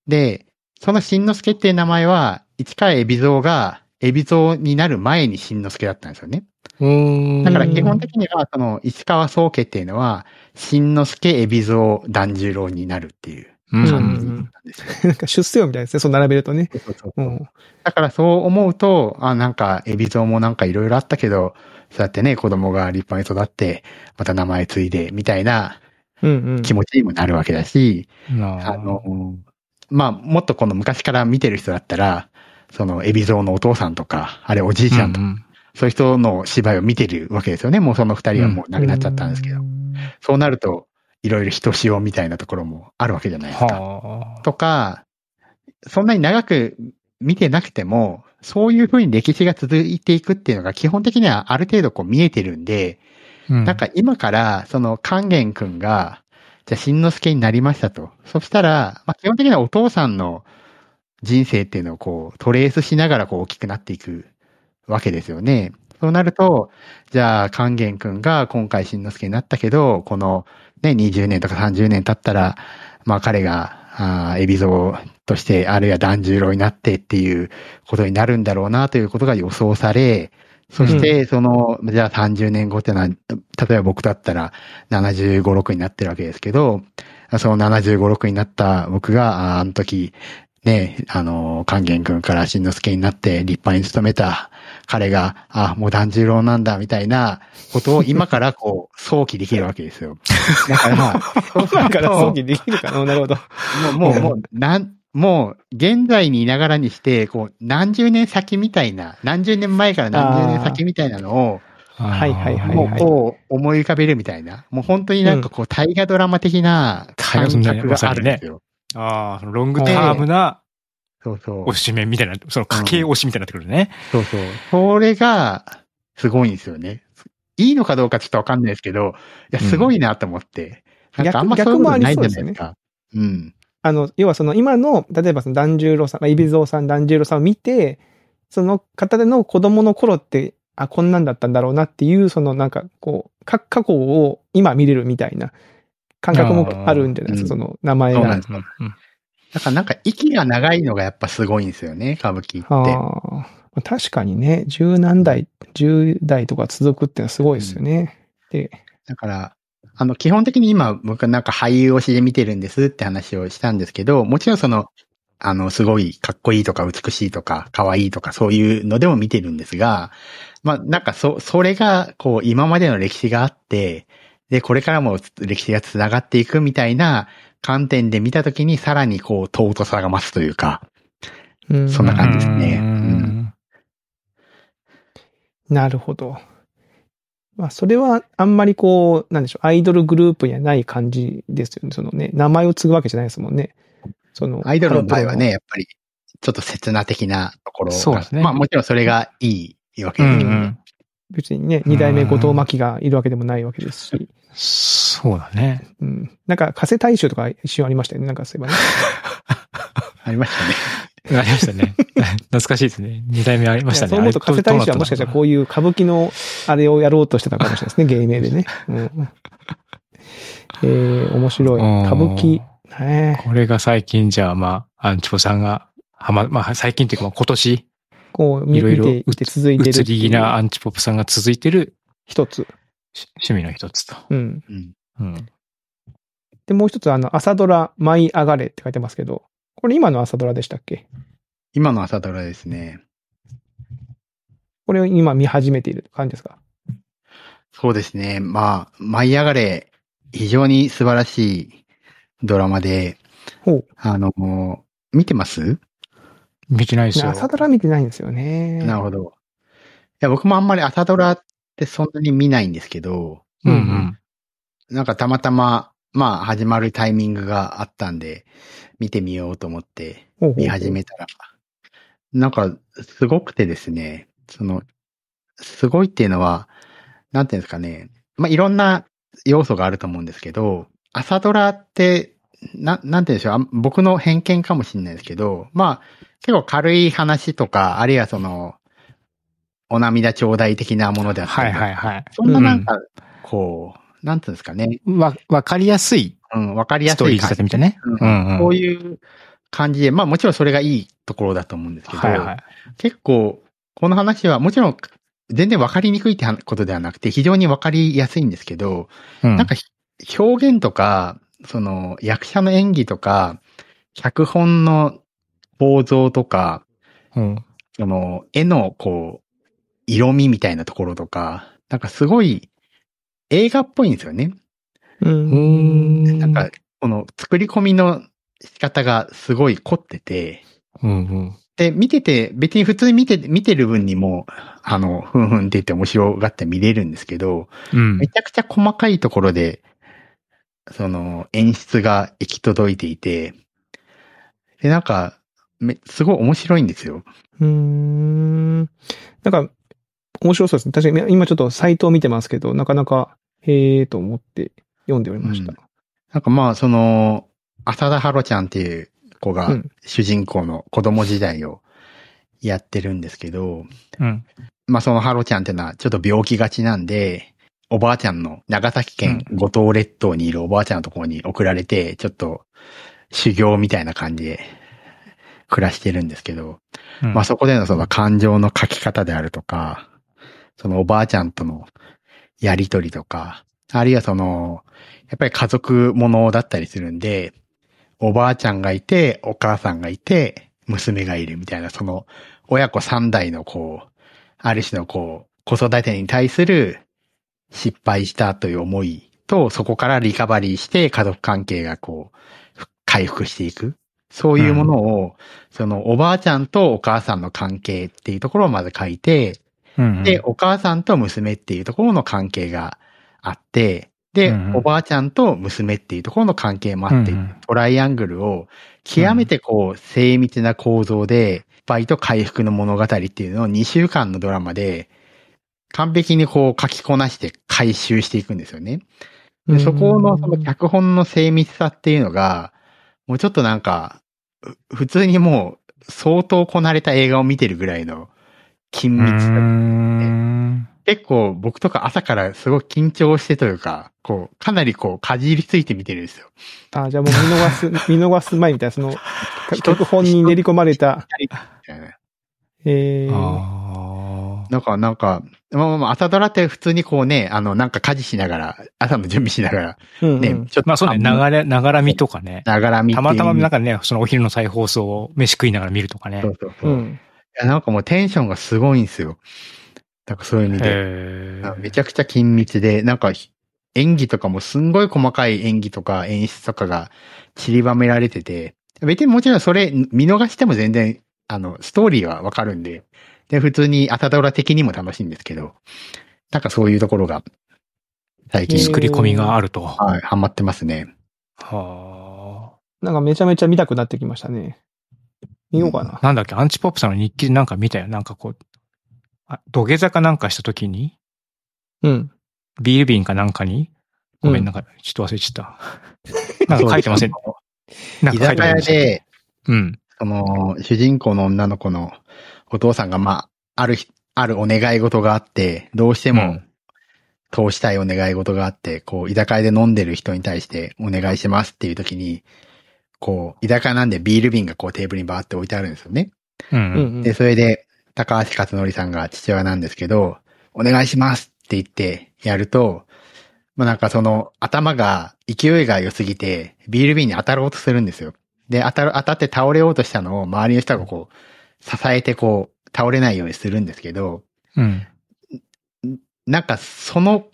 C: で、その新之助っていう名前は、市川海老蔵が海老蔵になる前に新之助だったんですよね。
A: うん
C: だから基本的には、その市川宗家っていうのは、新之助海老蔵團十郎になるっていう
A: うん
C: 感じなんですよ。
B: なんか出世よみたいですね。そう並べるとね。
C: そうそう
B: う。
C: そうんだからそう思うと、あ、なんか、エビゾもなんかいろいろあったけど、そうやってね、子供が立派に育って、また名前継いで、みたいな
B: うんうん。
C: 気持ちにもなるわけだし、あ
A: あの、
C: の、まあ、もっとこの昔から見てる人だったら、その、エビゾのお父さんとか、あれおじいちゃんとか、
A: うん
C: そういう人の芝居を見てるわけですよね。もうその二人はもう亡くなっちゃったんですけど。
B: うん
C: そうなると、いろいろ人しおみたいなところもあるわけじゃないですか。
A: は
C: とか、そんなに長く見てなくても、そういうふうに歴史が続いていくっていうのが基本的にはある程度こう見えてるんで、
A: あ。な
C: なん、か今からその勸玄くんが、じゃあ新之助になりましたと。そしたら、まあ、基本的にはお父さんの人生っていうのをこうトレースしながらこう大きくなっていくわけですよね。そうなると、じゃあ勸玄くんが今回新之助になったけど、このね、20年とか30年経ったら、まあ彼が、あー海老蔵として、あるいは團十郎になってっていうことになるんだろうなということが予想され、そして、その、じゃあ30年後ってのは、例えば僕だったら75、6になってるわけですけど、その75、6になった僕が、あーあの時、ね、あの、勸玄君から新之助になって立派に務めた彼が、あ、もう團十郎なんだ、みたいなことを今からこう、想起できるわけですよ。だから、そうすると
B: だから、葬儀できるかな。なるほど。
C: もう、もう、
B: うん
C: もう、なん、もう、現在にいながらにして、こう、何十年先みたいな、何十年前から何十年先みたいなのを、
A: はい
B: はいはい
C: も
B: は
C: う
B: い
C: こう、思い浮かべるみたいな。もう本当になんかこう、大河ドラマ的な感覚があるんですよ。
A: ああ、そのロングタームな
C: そうそう
A: 推。しメンみたいな、その家計推しみたいになってくるね。
C: そうそう。それが、すごいんですよね。いいのかどうかちょっとわかんないですけど、いや、すごいなと思って。
B: うん
C: なんかあんま
B: 逆
C: そういうことないんじゃないですか。うん。
B: あの、要はその今の、例えばその團十郎さん、まあ、海老蔵さん、團十郎さんを見て、その方での子供の頃って、あ、こんなんだったんだろうなっていう、そのなんかこう、か過去を今見れるみたいな感覚もあるんじゃないですか、そ
C: あー
B: の名前
C: そうな
B: が
C: ん。ですよ。
A: うん
C: だからなんか息が長いのがやっぱすごいんですよね、歌舞伎
B: あ
C: って。
B: ー確かにね、十何代、十代とか続くってのはすごいですよね。で、
C: だから、あの、基本的に今、僕なんか俳優推しで見てるんですって話をしたんですけど、もちろんその、あの、すごいかっこいいとか美しいとか可愛いとかそういうのでも見てるんですが、まあ、なんかそ、それが、こう、今までの歴史があって、で、これからも歴史が繋がっていくみたいな観点で見たときにさらにこう尊さが増すというか、
B: うん
C: そんな感じですね
A: うん
B: なるほど。まあ、それはあんまりこう、なんでしょう、アイドルグループにはない感じですよね。そのね、名前を継ぐわけじゃないですもんね。その、
C: アイドルの場合はね、やっぱりちょっと刹那的なところが
A: そうですね
C: まあもちろんそれがいいわけ
A: う
C: です
A: ん
C: け
A: う
C: ど、
A: ん。
B: 別にね、二代目後藤真希がいるわけでもないわけですし。
A: そうだね。
B: うん。なんか、加瀬大衆とか一瞬ありましたよね。なんかそういえばね。
C: ありましたね。
A: ありましたね。 懐かしいですね。二代目ありましたね。
B: そう思うと、加瀬大衆はもしかしたらこ
A: う
B: ういう歌舞伎のあれをやろうとしてたかもしれないですね。芸名でね。うん。えー、面白い。歌舞伎。ね
A: これが最近じゃあ、まあ、アンチポさんが、はま、まあ、最近っていうか、まあ今年、
B: こう見、
A: いろい
B: 見
A: ろ
B: ていて続いてるって
A: 移
B: いう。
A: り気なアンチポップさんが続いてる
B: 一つ。
A: し趣味の一つと。
B: うん。
C: うん
A: うん。
B: で、もう一つ、あの、朝ドラ、舞い上がれって書いてますけど、これ今の朝ドラでしたっけ
C: 今の朝ドラですね。
B: これを今見始めている感じですか
C: そうですね。まあ、舞い上がれ、非常に素晴らしいドラマで、
B: ほう。
C: あの、もう見てます
A: 見てないですよ。
B: 朝ドラ見てないんですよね。
C: なるほど。いや、僕もあんまり朝ドラってそんなに見ないんですけど、
A: うんうん。
C: なんかたまたま、まあ始まるタイミングがあったんで、見てみようと思って
B: ほうほう
C: 見始めたら、なんかすごくてですね、その、すごいっていうのは、なんていうんですかね、まあいろんな要素があると思うんですけど、朝ドラって、な、なんていうんでしょうあん、僕の偏見かもしれないですけど、まあ結構軽い話とか、あるいはその、お涙頂戴的なものであった
A: は
C: り
A: い
C: とか、
A: はいはい。
C: そんななんか、こう、なんていうんですかね、
A: わ、わかりやすい
C: うん、わかりや
A: ス
C: す
A: トーリ
C: い
A: ー仕立
C: 感じ
A: て。みたいね。
C: うん
A: うんうん。
C: こう
A: い
C: いう感じで、まあもちろんそれがいいところだと思うんですけど、
A: はいはい。
C: 結構、この話はもちろん全然わかりにくいってことではなくて、非常にわかりやすいんですけど、
A: な
C: なんか、ひ表現とか、その役者の演技とか、脚本の構造とか、
A: うん。
C: その絵のこう、色味みたいなところとか、なんかすごい映画っぽいんですよね。
B: う。
A: うんん。
C: なんか、、この作り込みの仕方がすごい凝ってて、
A: うんうん。
C: で、見てて、別に普通に見て、見てる分にも、あの、ふんふんって言って面白がって見れるんですけど、
A: うん
C: め。ちゃくちゃ細かいところで、その、演出が行き届いていて、で、なんか、め、すごい面白いんですよ。
B: うーん。なんか、面白そうですね。確かに、今ちょっとサイトを見てますけど、なかなか、へえーと思って読んでおりました。
C: なんかまあ、その、浅田ハロちゃんっていう子
B: う
C: が
B: ん、
C: 主人公の子供時代をやってるんですけど、
A: うん。
C: まあそのハロちゃんってのはちょっと病気がちなんで、おばあちゃんの長崎県五島列島にいるおばあちゃんのところに送られて、ちょっと修行みたいな感じで暮らしてるんですけど、
A: うん
C: まあそこでのその感情の書き方であるとか、そのおばあちゃんとのやりとりとか、あるいはその、やっぱり家族ものだったりするんで、おばあちゃんがいて、お母さんがいて、娘がいるみたいな、その親子三代のこう、ある種のこう、子育てに対する失敗したという思いと、そこからリカバリーして家族関係がこう、ふ回復していく。そういうものを、そのおばあちゃんとお母さんの関係っていうところをまず書いて、
A: うんうん
C: で、お母さんと娘っていうところの関係があって、で、
A: うんうん
C: おばあちゃんと娘っていうところの関係もあって、
A: うんうん
C: トライアングルを極めてこう、精密な構造で、失敗と回復の物語っていうのを2週間のドラマで、完璧にこう書きこなして回収していくんですよね。でそこのその脚本の精密さっていうのが、もうちょっとなんか、う普通にもう相当こなれた映画を見てるぐらいの緊
A: う
C: 密さ
A: ん。
C: 結構僕とか朝からすごい緊張してというか、こう、かなりこう、かじりついて見てるんですよ。
B: あ、じゃあもう 見逃す、見逃す前みたいな、その、
C: 一つ
B: 脚本に練り込まれた、
C: みたいな
B: えー、
A: あ
C: なんか、なんか、まあまあまあ、朝ドラって普通にこうね、あの、なんか家事しながら、朝の準備しながら、
B: うん、
C: ね、
B: うん。
C: ちょっ
A: まあそうね、な
C: ら、
A: がら、ながら見とかね。
C: ながら見て
A: たまたまなんかね、そのお昼の再放送を飯食いながら見るとかね
C: そ。うそうそうう。い
B: ん。
C: やなんかもうテンションがすごいんですよ。だからそういう意味で。
A: へ
C: めちゃくちゃ緊密で、なんかひ、演技とかもすんごい細かい演技とか演出とかが散りばめられてて、別にもちろんそれ見逃しても全然、あの、ストーリーはわかるんで、で、普通に朝ドラ的にも楽しいんですけど、なんかそういうところが、最近、
A: 作り込みがあると。は
C: はい、ハマってますね。
A: あ。
B: なんかめちゃめちゃ見たくなってきましたね。見ようかな。
A: なんだっけ、アンチポップさんの日記でなんか見たよ。なんかこう、あ土下座かなんかした時に、
B: うん。
A: ビール瓶かなんかに、ごめん、なんか、ちょっと忘れちゃった。 なんか書いてません。なん
C: 居
A: か書い
C: 酒
A: てま
C: 屋
A: せん。
C: で、
A: うん。
C: その、主人公の女の子のお父さんが、まあ、ある日、あるお願い事があって、どうして
A: う
C: も
A: ん
C: 通したいお願い事があって、こう、居酒屋で飲んでる人に対してお願いしますっていう時に、こう、居酒屋なんでビール瓶がこうテーブルにバーって置いてあるんですよね。
A: う。
B: うんん、
C: で、それで、高橋克典さんが父親なんですけど、お願いしますって言ってやると、まあなんかその頭が、勢いが良すぎて、ビール瓶に当たろうとするんですよ。で、当たる、当たって倒れようとしたのを周りの人がこう、支えてこう、倒れないようにするんですけど、
A: うん。
C: なんかその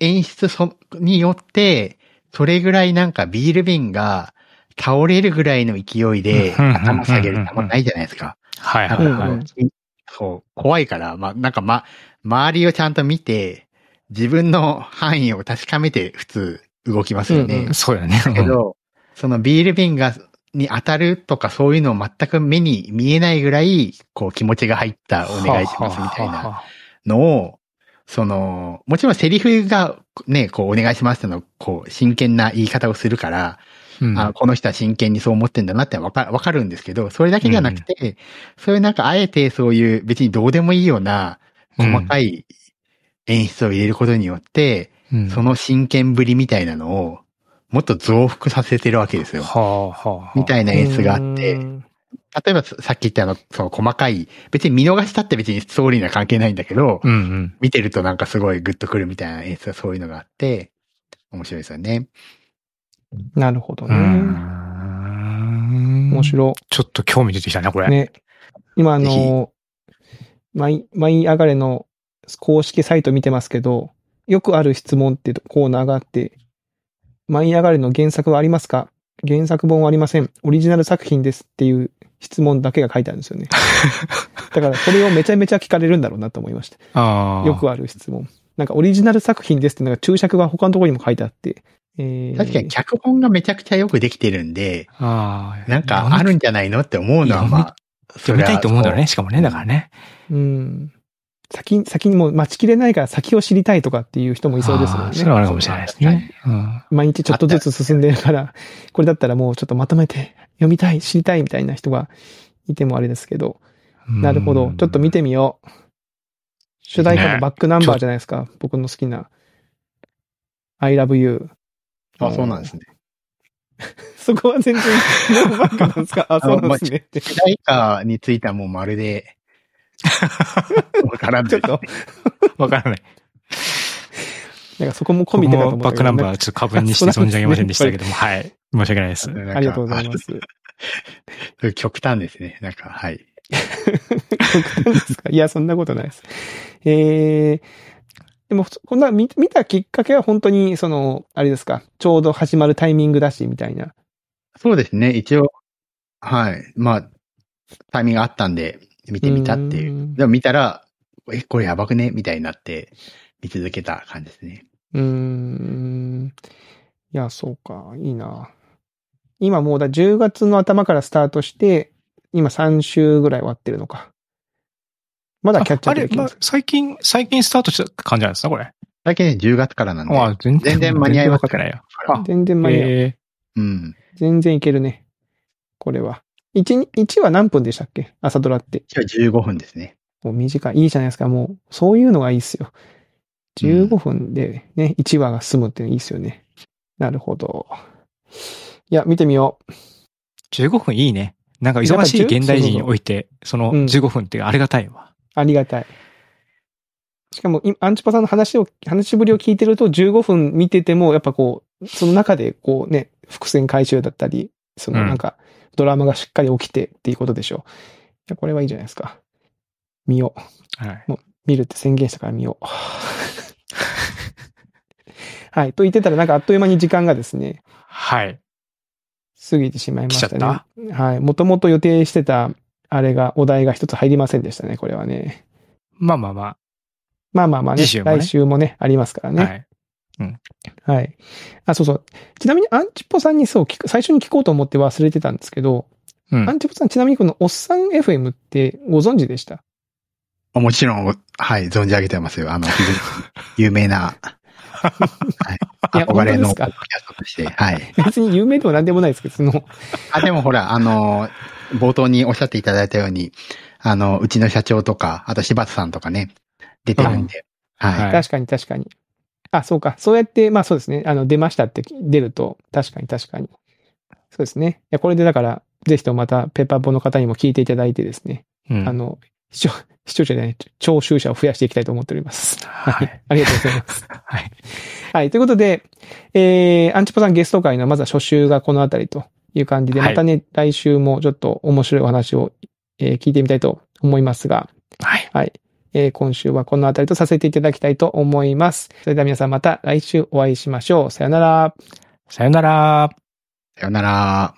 C: 演出そによって、それぐらいなんかビール瓶が倒れるぐらいの勢いで
A: うんうんうんうんうん
C: 頭下げるってあんまないじゃないですか。
A: はいはい
B: うんう
A: は
B: ん
A: い。
C: そう、怖いから、まあ、なんかま、周りをちゃんと見て、自分の範囲を確かめて普通動きますよね。
B: うんうん
A: そうやね。
C: だけど、そのビール瓶が、に当たるとかそういうのを全く目に見えないぐらい、こう気持ちが入ったお願いしますみたいな
A: は
C: のを、その、もちろんセリフがね、こうお願いしますっての、こう真剣な言い方をするから、
A: あ
C: あ
A: は
C: この人は真剣にそう思ってんだなってわかわかるんですけど、それだけじゃなくて、そういうなんかあえてそういう別にどうでもいいような
A: うん
C: 細かい演出を入れることによって、
A: うん。うん
C: その真剣ぶりみたいなのをもっと増幅させてるわけですよ。
A: はあはあはあ。
C: みたいな演出があって、
B: うん
C: 例えばささっき言ったあの、その細かい、別に見逃したって別にストーリーには関係ないんだけど、
A: うんうん。
C: 見てるとなんかすごいグッとくるみたいな演出がそういうのがあって、面白いですよね。
B: なるほど
A: う
B: ね。
A: ん。
B: 面白
A: ちょっと興味出てきたね、これ。
B: い。ね。今、あ
C: ぜひ
B: の、マイ、マイ上がれの公式サイト見てますけど、よくある質問っていうコーナーがあって、マイ上がれの原作はありますか原作本はありません。オリジナル作品ですっていう質問だけが書いてある んですよね。だから、これをめちゃめちゃ聞かれるんだろうなと思いました。
A: ああ。
B: よくある質問。なんかオリジナル作品ですってなんか注釈が他のところにも書いてあって。えー
C: 確かに脚本がめちゃくちゃよくできてるんで、
A: ああ。
C: なんかあるんじゃないのって思うのは、まあ、そ
A: 読み
C: れは
A: たいと思うんだろうね。しかもね、だからね。
B: うん。先、先にもう待ちきれないから先を知りたいとかっていう人もいそうですも
A: あ
B: ん
A: ーそれはあ
B: ね。
A: るかもしれないですね。うん
B: 毎日ちょっとずつ進んでるから、これだったらもうちょっとまとめて読みたい、知りたいみたいな人がいてもあれですけど。なるほど。ちょっと見てみよう。主題歌のバックナンバーじゃないですか。僕の好きな。I love you.
C: そうあそうなんですね。
B: そこは全然、ノー バックなんですかあ、そうなんですね。
C: 主題歌についてはもうまる で、わからない。
B: ちょっと、
A: わからない。
B: なんかそこも込
A: 僕
B: みでかと
A: も
B: 思った
A: バックナンバーちょっと過分にして存じ上げませんでしたけども、はい。申し訳ないです。
C: なんか
B: ありがとうございま。す。
C: あ極端ですね。なんか、はい。
B: ですかいや、そんなことないです。えー、でも、こんな見見たきっかけは本当に、その、あれですか、ちょうど始まるタイミングだし、みたいな。
C: そうですね。一応、はい。まあ、タイミングがあったんで、見てみたっていうう。
B: ん
C: でも見たら、え、これやばくねみたいになって、見続けた感じですね。
B: うーん。いや、そうか、いいな。今もうだ、10月の頭からスタートして、今3週ぐらい終わってるのか。まだキャッチャ
A: あ
B: ーで
A: れ
B: き、
A: ま
B: ま
A: あ
B: す。
A: 最近、最近スタートした感じなんですか、これ。
C: 最近ね、10月からなんで。
A: まあ、全然。
C: 全然間に合いま
A: 全然わ
C: す
A: かってないよ。あ
B: 全然間に合う。
A: え
C: うん。
B: 全然いけるね。これは。1、1は何分でしたっけ朝ドラって。
C: 一応15分ですね。
B: もう短い。いいじゃないですか。もう、そういうのがいいっすよ。15分でね、1話が済むっていうのいいっすよね。なるほど。いや、見てみよ
A: ー15分いいね。なんか忙しい現代人において、その
B: うん
A: 15分ってありがたいわ。
B: う。ありがたい。しかも、いアンチパさんの話を、話しぶりを聞いてると、15分見てても、やっぱこう、その中で、こうね、伏線回収だったり、その
A: うん
B: なんか、ドラマがしっかり起きてっていうことでしょう。いや、これはいいじゃないですか。見よう。
A: はい。
B: 見るって宣言したから見よう。はい。と言ってたら、なんかあっという間に時間がですね、
A: はい。
B: 過ぎてしまいましたね。
A: 来ちゃ
B: はい。もともと予定してた、あれが、お題が一つ入りませんでしたね、これはね。
A: まあまあま
B: まあまあまあね、
A: 次週もね
B: 来週もね、ありますから
A: あ。
B: ね。
A: はい。
B: はい。あ、そうそう。ちなみに、アンチポさんにそう聞く、最初に聞こうと思って忘れてたんですけど、
A: うん
B: アンチポさん、ちなみにこのおっさん FM ってご存知でした
C: あもちろん、はい、存じ上げてますよ。あの、 非常に有名な、はい、
B: いや
C: 憧れの
B: 本当
C: ポ
B: です
C: ッドキャストとして、はい。
B: 別に有名でも何でもないですけど、その、
C: あ、でもほら、あの、冒頭におっしゃっていただいたように、あの、うちの社長とか、あと柴田さんとかね、出てるんで、はい。
A: はい
B: 確かに確かに。あ、そうか。そうやって、まあそうですね。あの、出ましたって出ると、確かに確かに。そうですね。いや、これでだから、ぜひともまた、ペッパーポの方にも聞いていただいてですね、
A: うん
B: あの、視聴、視聴者じゃない、聴衆者を増やしていきたいと思っております。
A: はい。
B: ありがとうございます。
A: はい。
B: はい。ということで、えー、アンチポさんゲスト会の、まずは初週がこのあたりという感じで、
A: はい
B: またね、来週もちょっと面白いお話を、えー聞いてみたいと思いますが、
A: はい。
B: はい。えー今週はこのあたりとさせていただきたいと思います。それでは皆さんまた来週お会いしましょう。さよなら。
A: さよなら。
C: さよなら。